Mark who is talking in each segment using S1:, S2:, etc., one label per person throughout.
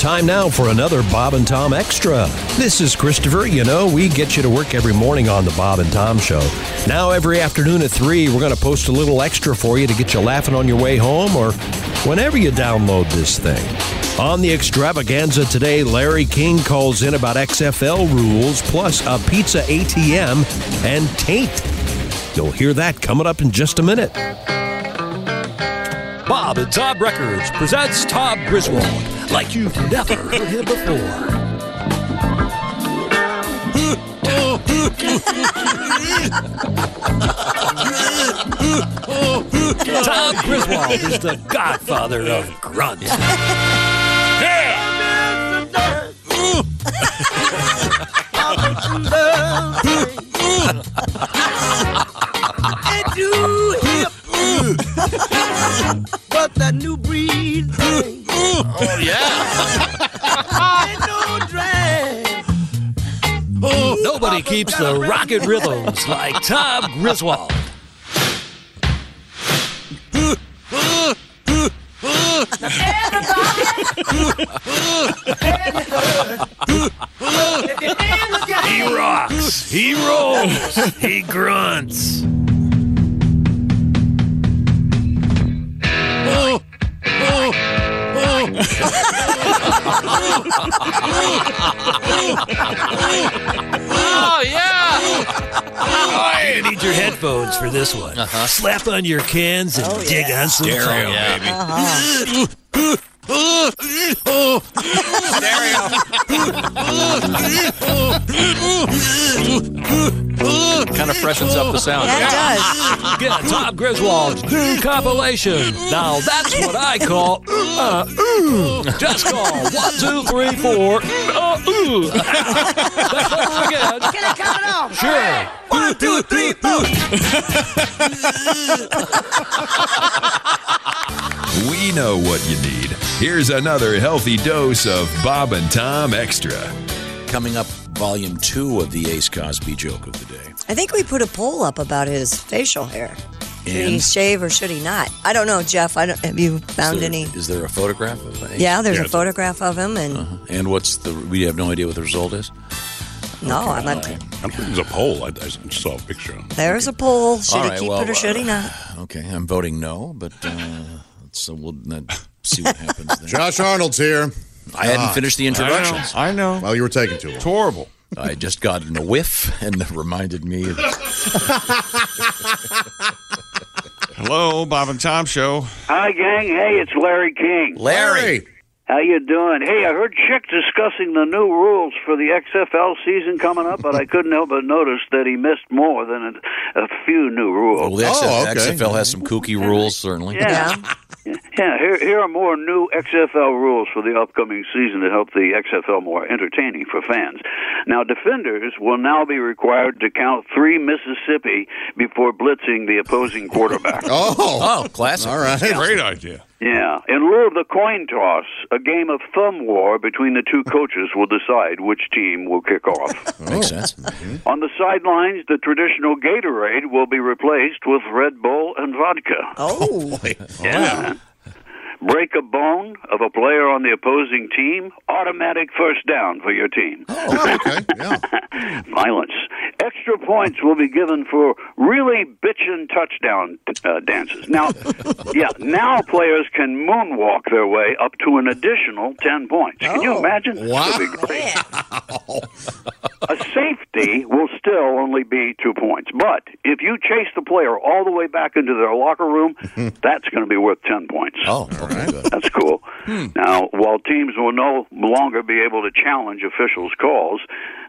S1: Time now for another Bob and Tom Extra. This is Christopher. You know, we get you to work every morning on the Bob and Tom Show. Now, every afternoon at 3, we're going to post a little extra for you to get you laughing on your way home or whenever you download this thing. On the extravaganza today, Larry King calls in about XFL rules, plus a pizza ATM and taint. You'll hear that coming up in just a minute.
S2: Bob and Tom Records presents Tom Griswold, like you've never heard him before. Tom Griswold is the godfather of grunt.
S3: and do hip. but that new breed thing.
S4: Oh, yeah.
S3: Ain't no drag.
S2: Nobody keeps the rocket rhythms like Tom Griswold.
S4: He rocks. He rolls. He grunts.
S2: Oh.
S4: Oh, yeah.
S2: You need your headphones for this one. Slap on your cans and dig on some
S4: Uh-huh. Stereo,
S2: funk.
S4: baby.
S5: Kind of freshens up the sound.
S6: That
S2: Get a Tom Griswold new compilation. Now that's what I call uh, ooh. Just call one two three four uh, ooh. That's over again.
S3: Can I cut it off?
S2: Sure.
S3: One, two, three, four.
S7: We know what you need. Here's another healthy dose of Bob and Tom Extra.
S5: Coming up, volume two of the Ace Cosby joke of the day.
S6: does. I think we put a poll up about his facial hair. Should he
S5: And-
S6: shave or should he not? I don't know, Jeff. I don't. Have you found
S5: Is there-
S6: any?
S5: Is there a photograph of Ace?
S6: Yeah, there's
S7: Yeah,
S6: a
S7: it's-
S6: photograph of him, and
S5: And what's the? We have no idea what the result is.
S6: no, I'm not.
S8: I'm sure there's a poll. I, I saw a picture. of it.
S6: There's a poll. Should
S5: All
S6: he
S5: right,
S6: keep
S5: well,
S6: it or should he
S5: uh,
S6: not?
S5: Okay, I'm voting no, but uh, so we'll not see what happens there.
S9: Josh Arnold's here.
S5: Ah, I hadn't finished the introductions.
S10: I know.
S9: Well, you were taking too long.
S10: It's horrible.
S5: I just got in a whiff and reminded me. That,
S10: Hello, Bob and Tom Show.
S3: Hi, gang. Hey, it's Larry King.
S9: Larry.
S3: How you doing? Hey, I heard Chick discussing the new rules for the XFL season coming up, but I couldn't help but notice that he missed more than a, a few new
S5: well,
S3: rules.
S5: the XF,
S9: Oh, okay.
S5: XFL has some kooky rules, certainly.
S3: Yeah. Yeah, here, here are more new XFL rules for the upcoming season to help the XFL more entertaining for fans. Now, defenders will now be required to count three Mississippi before blitzing the opposing quarterback.
S9: Oh.
S5: Oh, classic.
S9: All right.
S10: Great idea.
S3: Yeah. In lieu of the coin toss, a game of thumb war between the two coaches will decide which team will kick off.
S5: Makes sense.
S3: On the sidelines, the traditional Gatorade will be replaced with Red Bull and vodka.
S6: Oh,
S3: Yeah. Break a bone of a player on the opposing team, automatic first down for your team.
S9: Oh, okay. Yeah.
S3: Violence. Extra points will be given for really bitchin' touchdown uh, dances. Now, yeah, now players can moonwalk their way up to an additional 10 points. Can you imagine?
S9: Wow.
S3: That'd be great. A safety will still only be two points. But if you chase the player all the way back into their locker room, that's going to be worth 10 points.
S5: Oh, okay, good.
S3: That's cool. Now, while teams will no longer be able to challenge officials' calls,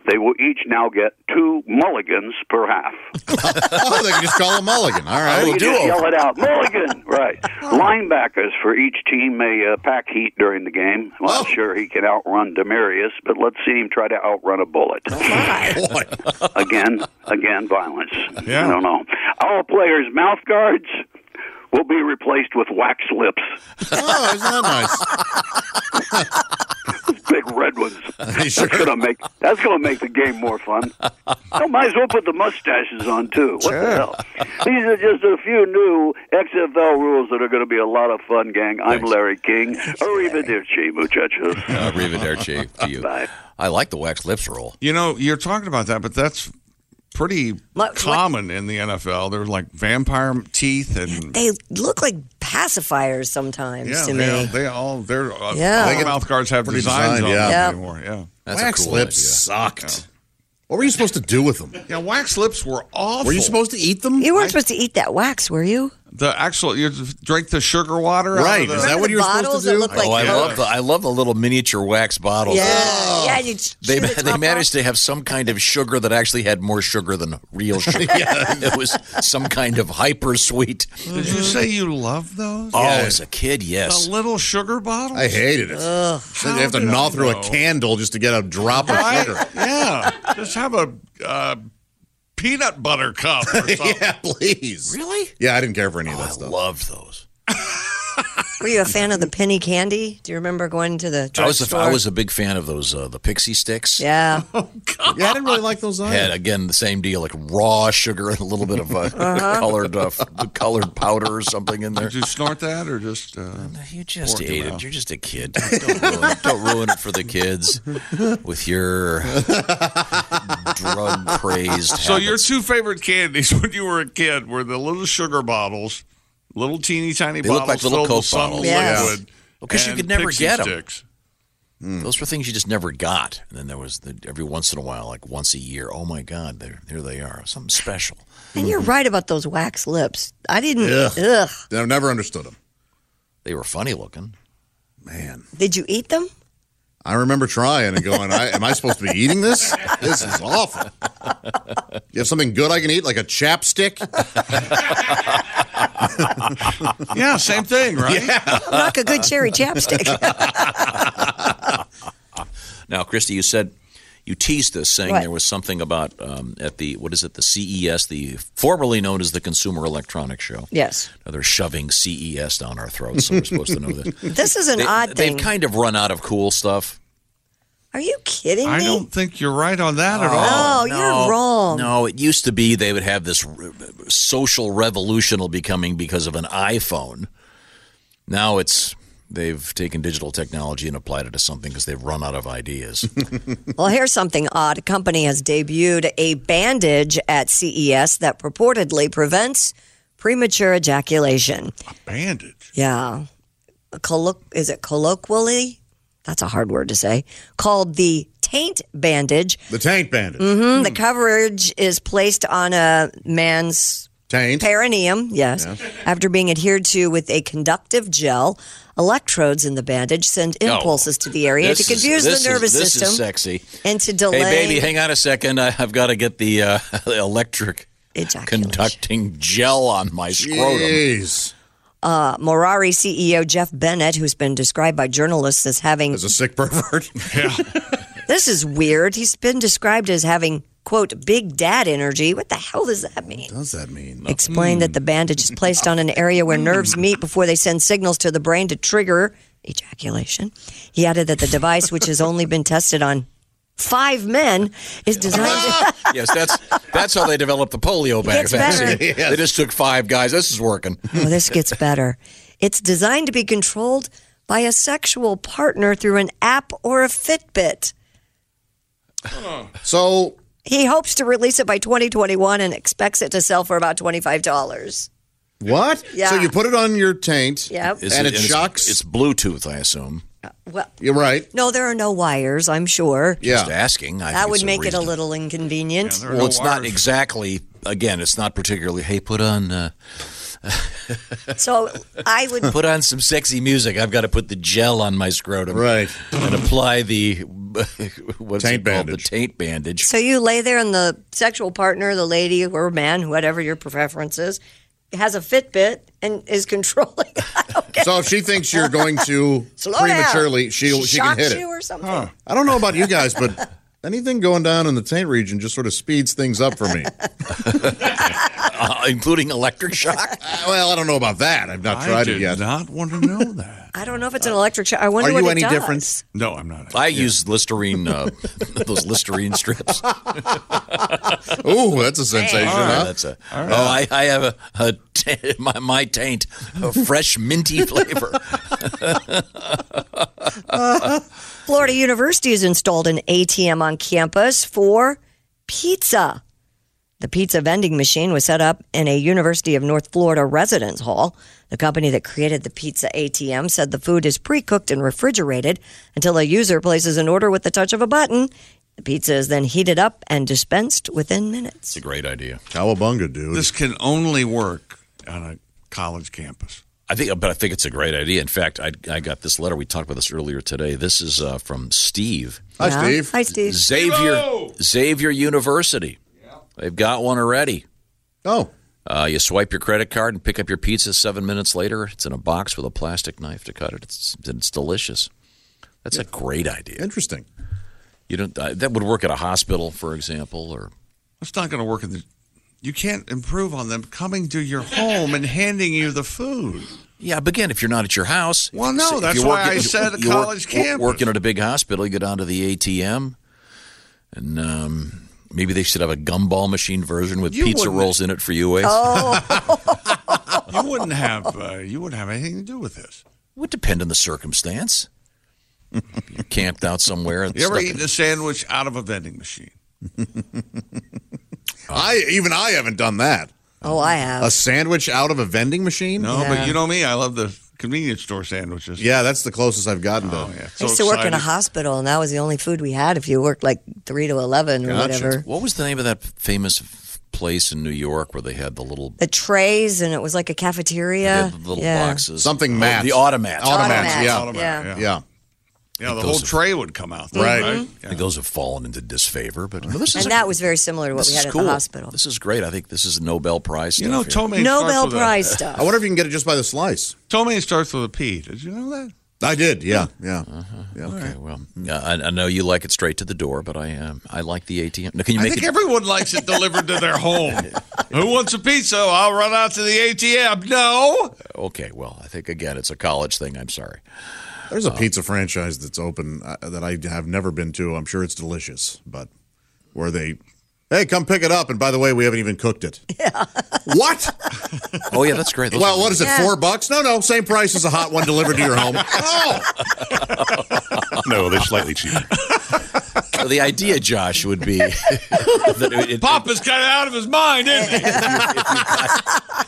S3: they will each now get two mulligans per half.
S9: Oh, they can just call him Mulligan. All right.
S3: you just yell it out, mulligan! Right. Linebackers for each team may uh, pack heat during the game. Well,
S9: Oh.
S3: sure, he can outrun Demarius, but let's see him try to outrun a bullet.
S9: Oh, Boy.
S3: again, again, violence.
S10: Yeah.
S3: I don't know. All players' mouth guards will be replaced with wax lips,
S9: Oh, isn't that nice?
S3: big red ones. That's gonna make that's gonna make the game more fun. So might as well put the mustaches on too. What the hell? These are just a few new XFL rules that are gonna be a lot of fun, gang. I'm Larry King. Arrivederci, muchachos.
S5: Arrivederci Uh, to you. I like the wax lips roll.
S10: You know, you're talking about that, but that's pretty common in the NFL. There's like vampire teeth and
S6: They look like pacifiers sometimes
S10: yeah,
S6: to
S10: they,
S6: me.
S10: they all they're uh,
S6: Yeah.
S10: all mouth guards have
S9: Pretty
S10: designs
S9: designed,
S10: on
S9: yeah.
S10: them
S9: Yeah.
S10: anymore. Yeah,
S9: wax lips sucked. What were you supposed to do with them?
S10: Yeah, wax lips were awful.
S9: Were you supposed to eat them?
S6: You weren't supposed to eat that wax, were you?
S10: The actual you drink the sugar water.
S5: Right,
S10: Out of
S5: is
S10: the,
S5: that what
S6: you're supposed to bottles that do? look
S5: oh,
S6: like-
S5: I love the I love the little miniature wax bottles.
S6: Yeah, yeah. You
S5: They, they managed to have some kind of sugar that actually had more sugar than real sugar. It was some kind of hyper sweet.
S10: Did you say you love those?
S5: Oh, as a kid, yes.
S10: The little sugar bottles.
S9: I hated it. you have to
S10: did
S9: gnaw
S10: I
S9: through
S10: know?
S9: a candle just to get a drop of
S10: Right?
S9: sugar.
S10: yeah, just have a uh, peanut butter cup or something.
S9: yeah, please.
S5: Really? Oh.
S9: Yeah, I didn't care for any of that
S5: I
S9: stuff.
S5: loved those.
S6: Were you a fan of the penny candy? Do you remember going to the
S5: I was a,
S6: drugstore?
S5: I was a big fan of those uh, the pixie sticks.
S6: yeah.
S9: Yeah, I didn't really like those
S5: Had
S9: either.
S5: again the same deal, like raw sugar and a little bit of uh, colored uh, f- colored powder or something in there.
S10: Did you snort that or just? Uh,
S5: You just
S10: Fork
S5: ate
S10: him
S5: it.
S10: out.
S5: You're just a kid. Don't ruin, don't ruin it for the kids with your drug crazed.
S10: so your two favorite candies when you were a kid were the little sugar bottles, little teeny tiny
S5: They look like
S10: bottles
S5: little
S10: filled with
S5: Coke
S10: some
S5: bottles.
S6: Yes.
S10: liquid.
S5: because you
S10: and
S5: could never
S10: pixie
S5: get 'em.
S10: sticks.
S5: those were things you just never got. And then there was the, every once in a while, like once a year. Oh my God, there there they are. Something special.
S6: And you're right about those wax lips. I didn't. Ugh.
S9: I've never understood them.
S5: They were funny looking.
S9: Man,
S6: Did you eat them?
S9: I remember trying and going, I, "Am I supposed to be eating this? This is awful." You have something good I can eat, like a chapstick.
S10: Yeah, same thing, right?
S5: Uh,
S6: Knock a good cherry chapstick.
S5: Now, Christy, you said you teased us saying
S6: What?
S5: there was something about um, at the what is it the CES, the formerly known as the Consumer Electronics Show.
S6: yes.
S5: Now they're shoving CES down our throats, so we're supposed to know this.
S6: This is an odd thing.
S5: They've kind of run out of cool stuff.
S6: Are you kidding
S10: I
S6: me?
S10: don't think you're right on that at all.
S6: oh, you're wrong.
S5: No, it used to be they would have this r- social revolution will be coming because of an iPhone. Now it's they've taken digital technology and applied it to something because they've run out of ideas.
S6: Well, here's something odd. A company has debuted a bandage at CES that purportedly prevents premature ejaculation.
S5: Oh.
S10: Bandage.
S6: Yeah. Collo- is it colloquially? That's a hard word to say. Called the taint bandage.
S9: The taint bandit.
S5: Hmm.
S6: The coverage is placed on a man's
S9: Taint.
S6: perineum, yes, after being adhered to with a conductive gel. Electrodes in the bandage send impulses to the area to
S5: This is-
S6: confuse
S5: this
S6: the nervous
S5: is, this
S6: system
S5: is sexy.
S6: and to delay
S5: Hey, baby, hang on a second. I, I've got to get the, uh, the electric
S6: ejaculation.
S5: conducting gel on my scrotum.
S9: Jeez,
S6: Uh, Morari CEO Jeff Bennett, who's been described by journalists as having
S9: as a sick pervert.
S6: this is weird. He's been described as having quote big dad energy. What the hell does that mean?
S9: What does that mean?
S6: Explained that the bandage is placed on an area where nerves meet before they send signals to the brain to trigger ejaculation. He added that the device, which has only been tested on five men, is designed.
S5: yes, that's that's how they developed the polio
S6: gets better.
S5: vaccine. They just took five guys. This is working.
S6: oh, this gets better. It's designed to be controlled by a sexual partner through an app or a Fitbit.
S9: So
S6: He hopes to release it by 2021 and expects it to sell for about $25.
S9: what?
S6: Yeah.
S9: So you put it on your taint.
S6: Yep.
S5: Is
S9: And it
S5: it's-
S9: shocks?
S5: It's, Bluetooth, I assume.
S6: Well,
S9: You're right.
S6: no, there are no wires, I'm sure.
S5: Just
S9: Yeah.
S5: asking. I
S6: That
S5: think it's
S6: would make it a
S5: reasonable-
S6: little inconvenient.
S10: There are
S5: Well,
S10: no
S5: it's not
S10: wires.
S5: exactly. Again, it's not particularly. Hey, put on uh,
S6: so I would.
S5: put on some sexy music. I've got to put the gel on my scrotum,
S9: Right.
S5: and apply the what's it
S9: Taint
S5: called? The
S9: bandage.
S5: taint bandage.
S6: So you lay there, and the sexual partner, the lady or man, whatever your preference is, has a Fitbit and is controlling. I don't get-
S9: So if she thinks you're going to
S6: Slow down.
S9: prematurely, she she can
S6: shocks
S9: hit
S6: you
S9: it.
S6: or something.
S9: I don't know about you guys, but anything going down in the taint region just sort of speeds things up for me.
S5: uh, including electric shock?
S9: well, I don't know about that. I've not tried it yet.
S10: Not want to know that.
S6: I don't know if it's
S9: Uh,
S6: an electric shock. I wonder what it does.
S10: No, I'm not.
S5: I use Listerine, uh, those Listerine strips.
S9: Ooh, that's a sensation, huh?
S5: That's a,
S9: All right.
S5: Oh, I, I have a, a t- my, my taint, a fresh minty flavor.
S6: Florida University has installed an ATM on campus for pizza. The pizza vending machine was set up in a University of North Florida residence hall. The company that created the pizza ATM said the food is pre cooked and refrigerated until a user places an order with the touch of a button. The pizza is then heated up and dispensed within minutes. It's
S5: a great idea.
S9: Cowabunga, dude.
S10: This can only work on a college campus.
S5: I think, but I think it's a great idea. In fact, I, I got this letter. We talked about this earlier today. This is uh, from Steve.
S6: Hi, Yeah. Steve. Hi, Steve.
S5: Xavier, Xavier University. They've got one already.
S9: Oh.
S5: Uh, you swipe your credit card and pick up your pizza seven minutes later. It's in a box with a plastic knife to cut it. It's, it's delicious. That's a great idea.
S9: Interesting.
S5: You don't. Uh, that would work at a hospital, for example, or
S10: It's not going to work in the. You can't improve on them coming to your home and handing you the food.
S5: Yeah, but again, if you're not at your house,
S10: Well, no,
S5: if you
S10: that's
S5: work
S10: why
S5: at-
S10: I
S5: you-
S10: said a
S5: you work-
S10: college
S5: work-
S10: campus.
S5: Working at a big hospital, you go down to the ATM, and um, maybe they should have a gumball machine version with
S10: You
S5: pizza
S10: wouldn't-
S5: rolls in it for you. eh? Ace.
S6: Oh.
S10: you wouldn't have. Uh, you wouldn't have anything to do with this.
S5: would depend on the circumstance. You're camped out somewhere. and
S10: You ever
S5: stuck
S10: eaten
S5: in-
S10: a sandwich out of a vending machine?
S9: I even I haven't done that.
S6: Oh, I have.
S9: A sandwich out of a vending
S6: Mm,
S9: machine?
S10: No, but you know me. I love the convenience store sandwiches.
S9: Yeah, that's the closest I've gotten to.
S6: I used to work in a hospital, and that was the only food we had if you worked like 3 to 11 or whatever.
S5: What was the name of that famous f- place in New York where they had the little
S6: The trays, and it was like a
S5: they
S6: cafeteria.
S5: had the little
S6: yeah.
S5: boxes?
S9: Something
S5: Oh,
S9: mats.
S5: the automats.
S9: Automats,
S6: Automats,
S9: yeah.
S6: Automat,
S9: yeah.
S6: yeah.
S10: Yeah, the
S5: Those
S10: whole
S5: are-
S10: tray would come out.
S5: Right.
S10: right?
S6: Mm-hmm.
S5: I think those have fallen into disfavor, but well, this is
S6: And
S5: a-
S6: that was very similar to what
S5: this
S6: we
S5: is
S6: had at
S5: cool.
S6: the hospital.
S5: This is great. I think this is Nobel Prize.
S10: You
S5: stuff
S10: know,
S5: here.
S10: Tomei starts
S6: Nobel
S10: with a-
S6: Prize stuff.
S9: I wonder if you can get it just by the slice.
S10: Tomei starts with a P. Did you know that?
S9: I did, yeah. Yeah. yeah.
S5: Okay, well, uh, I, I know you like it straight to the door, but I um, I like the ATM. Now, can you
S10: I
S5: make
S10: think
S5: it?
S10: everyone likes it delivered to their home. Who wants a pizza? I'll run out to the ATM. No.
S5: okay, well, I think again it's a college thing. I'm sorry.
S9: There's a pizza franchise that's open uh, that I have never been to. I'm sure it's delicious, but where they, hey, come pick it up. And by the way, we haven't even cooked it. Yeah. What?
S5: Oh yeah, that's great. Those
S9: well,
S5: are-
S9: what is it?
S6: Yeah.
S9: Four bucks? No, no, same price as a hot one delivered to your home. Oh,
S8: No, they're slightly cheaper.
S5: So the idea, Josh, would be that it- it-
S10: Papa's kind of out of his mind, isn't he?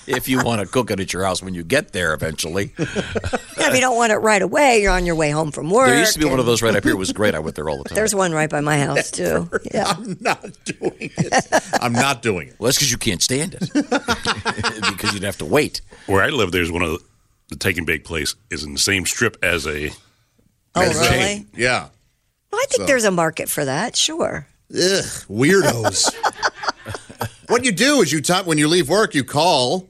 S5: if you want to cook it at your house when you get there eventually.
S6: Yeah, if you don't want it right away, you're on your way home from work.
S5: There used to be one of
S6: and
S5: those right up here. It was great. I went there all the time.
S6: There's one right by my house, too. Yeah.
S9: I'm not doing it. I'm not doing it.
S5: well, that's because you can't stand it because you'd have to wait.
S8: Where I live, there's one of the, the take and bake place is in the same strip as a.
S6: Oh,
S8: as a
S6: really?
S8: chain.
S9: Yeah.
S6: Well, I think
S9: So-
S6: there's a market for that, sure.
S9: Ugh, weirdos. what you do is you time when you leave work, you call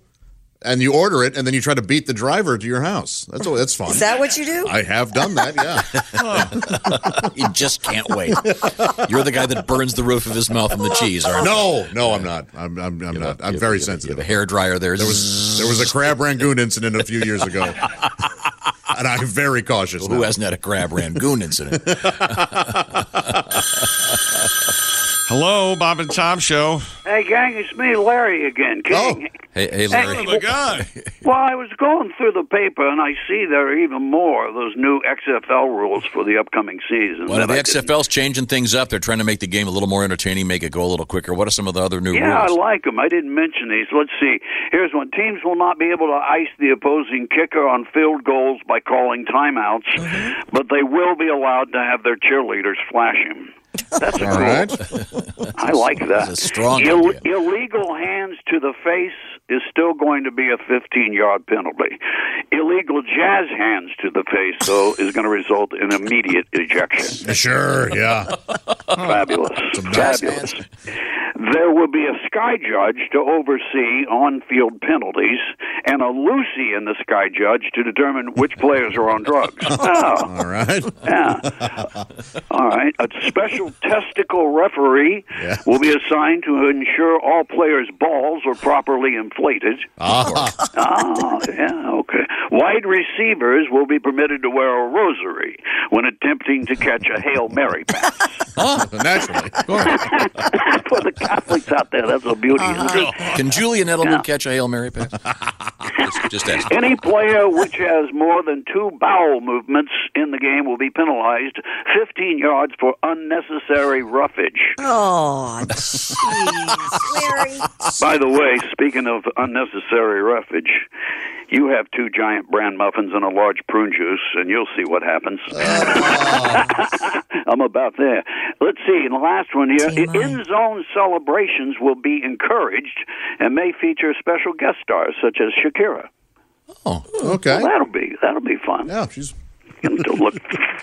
S9: and you order it, and then you try to beat the driver to your house. That's that's fun.
S6: Is that what you do?
S9: I have done that. Yeah.
S5: You just can't wait. You're the guy that burns the roof of his mouth in the cheese, aren't you?
S9: No, no, I'm not. I'm, I'm, I'm not. I'm very sensitive.
S5: The hair dryer there. There was
S9: There was a crab rangoon incident a few years ago, and I'm very cautious.
S5: who
S9: now.
S5: hasn't had a crab rangoon incident?
S10: Hello, Bob and Tom Show.
S3: Hey, gang, it's me, Larry again. King.
S5: Hey, hey Larry.
S10: Oh, my God.
S3: Well, I was going through the paper, and I see there are even more of those new XFL rules for the upcoming season.
S5: Well,
S3: that
S5: the
S3: I didn't-
S5: XFL's changing things up. They're trying to make the game a little more entertaining, make it go a little quicker. What are some of the other new
S3: Yeah, I
S5: rules?
S3: like them. I didn't mention these. Let's see. Here's one. Teams will not be able to ice the opposing kicker on field goals by calling timeouts, but they will be allowed to have their cheerleaders flash him. That's a
S9: All right.
S3: I like that.
S5: a strong
S3: Ill-
S5: idea.
S3: illegal hands to the face is still going to be a 15-yard penalty. Illegal jazz hands to the face, though, is going to result in immediate ejection.
S9: Sure. Yeah.
S3: Fabulous. Fabulous. there will be a sky judge to oversee on field penalties and a Lucy in the sky judge to determine which players are on drugs. Oh.
S9: All right.
S3: Yeah. All right. A special testicle referee will be assigned to ensure all players' balls are properly inflated.
S4: Ah.
S3: Ah, yeah, okay. Wide receivers will be permitted to wear a rosary when attempting to catch a Hail Mary pass.
S9: naturally.
S3: For the Catholics out there, that's a beauty. isn't it?
S5: Can Julian Edelman
S3: Yeah.
S5: catch a Hail Mary pass? just, just ask.
S3: Any player which has more than two bowel movements in the game will be penalized 15 yards for unnecessary roughage.
S6: Oh, jeez, Larry.
S3: By the way, speaking of unnecessary roughage, you have two giant bran muffins and a large prune juice, and you'll see what happens. I'm about there. Let's see. The last one here. In zone celebrations will be encouraged and may feature special guest stars such as Shakira.
S9: Okay.
S3: Well, that'll be that'll be fun.
S9: Yeah, she's.
S3: Come to look,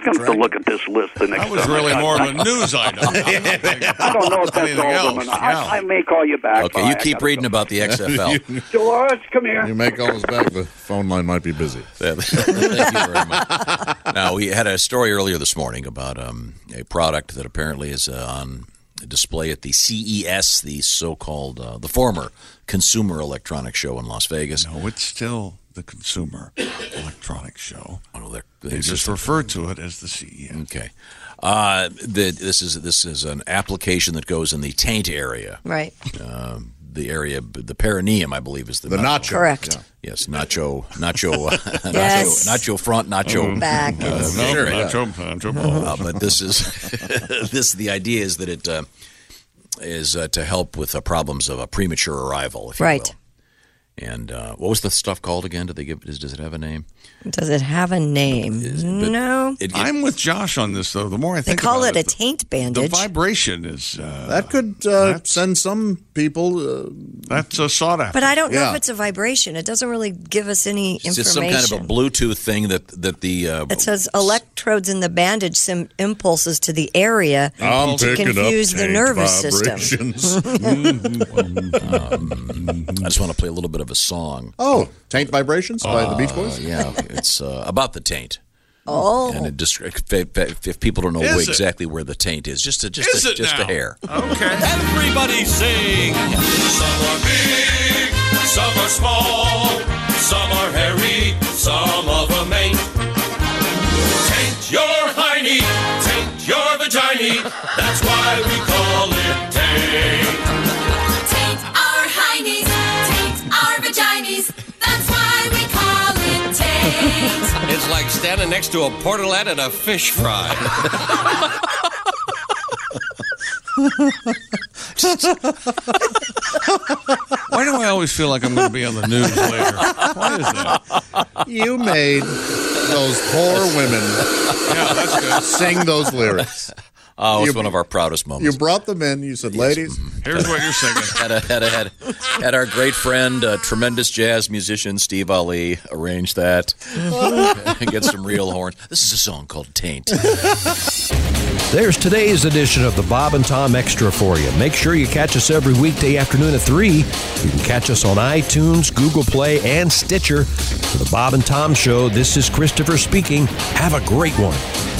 S3: come to look at this list the next.
S10: That was
S3: time.
S10: really
S3: I-
S10: more of
S3: I-
S10: a news item.
S3: I don't know if that's
S10: Anything
S3: all.
S10: else?
S3: or not. I, I may call you back.
S5: Okay, you keep reading about the XFL.
S3: Dolores, come here.
S9: You make calls back. The phone line might be busy.
S5: Thank you very much. Now, we had a story earlier this morning about um, a product that apparently is uh, on display at the CES, the so-called uh, the former Consumer Electronics Show in Las Vegas.
S10: No, it's still the Consumer Electronics Show.
S5: Oh, they're-
S10: They just refer to it as the E CES.
S5: Okay. Uh, the, this is this is an application that goes in the taint area.
S6: Right.
S5: Uh, the area, the perineum, I believe, is the,
S9: The nacho. Correct. Yeah.
S5: Yes, nacho, nacho, nacho,
S9: Yes.
S5: nacho front,
S6: Mm-hmm.
S5: nacho
S9: Back.
S5: uh,
S10: No,
S5: sure, yeah.
S10: nacho- nacho ball.
S5: Uh, but this is this. The idea is that it uh, is uh, to help with the problems of a premature arrival, if you
S6: Right.
S5: will. And uh, what was the stuff called again? Did they give? Does, does it have a name?
S6: Does it have a name? no.
S10: I'm with Josh on this though. The more I
S6: They
S10: think
S6: call it
S10: about
S6: a taint
S10: the
S6: bandage.
S10: vibration is uh,
S9: That could uh, send some people. Uh,
S10: that's a sought after.
S6: but I don't know if it's a vibration. It doesn't really give us any
S5: It's
S6: information.
S5: just some kind of a Bluetooth thing that that the uh,
S6: It says electrodes in the bandage send impulses to the area
S9: I'm
S6: to
S9: picking up
S6: confuse the
S9: taint
S6: nervous
S9: vibrations.
S6: system.
S5: I just want to play a little bit of a song.
S9: oh, Taint Vibrations by the Beach
S5: Uh,
S9: Boys?
S5: yeah, it's uh, about the taint.
S6: oh.
S5: And it descri- if, if- if people don't know
S4: Is
S5: where-
S4: it?
S5: exactly where the taint is, just a, just
S4: Is
S5: a,
S4: it
S5: just
S4: now?
S5: a hair.
S4: Okay. Everybody sing. Some are big, some are small, some are hairy, some of them ain't. Taint your hiney, taint your vagina. That's why we call it taint.
S11: Taint our heinies, taint our vaginies. That's why we call it taint.
S4: It's like standing next to a portalette at a fish fry.
S10: Why do I always feel like I'm going to be on the news later? Why is that?
S9: You made those poor women sing those lyrics.
S5: Oh, it's
S9: You-
S5: one of our proudest moments.
S9: You brought them in. You said, ladies,
S10: Here's what you're singing.
S5: had, a, had, a, had, had our great friend, uh, tremendous jazz musician Steve Ali arrange that and get some real horns. This is a song called Taint.
S1: There's today's edition of the Bob and Tom Extra for you. Make sure you catch us every weekday afternoon at 3. You can catch us on iTunes, Google Play, and Stitcher. For the Bob and Tom Show, this is Christopher speaking. Have a great one.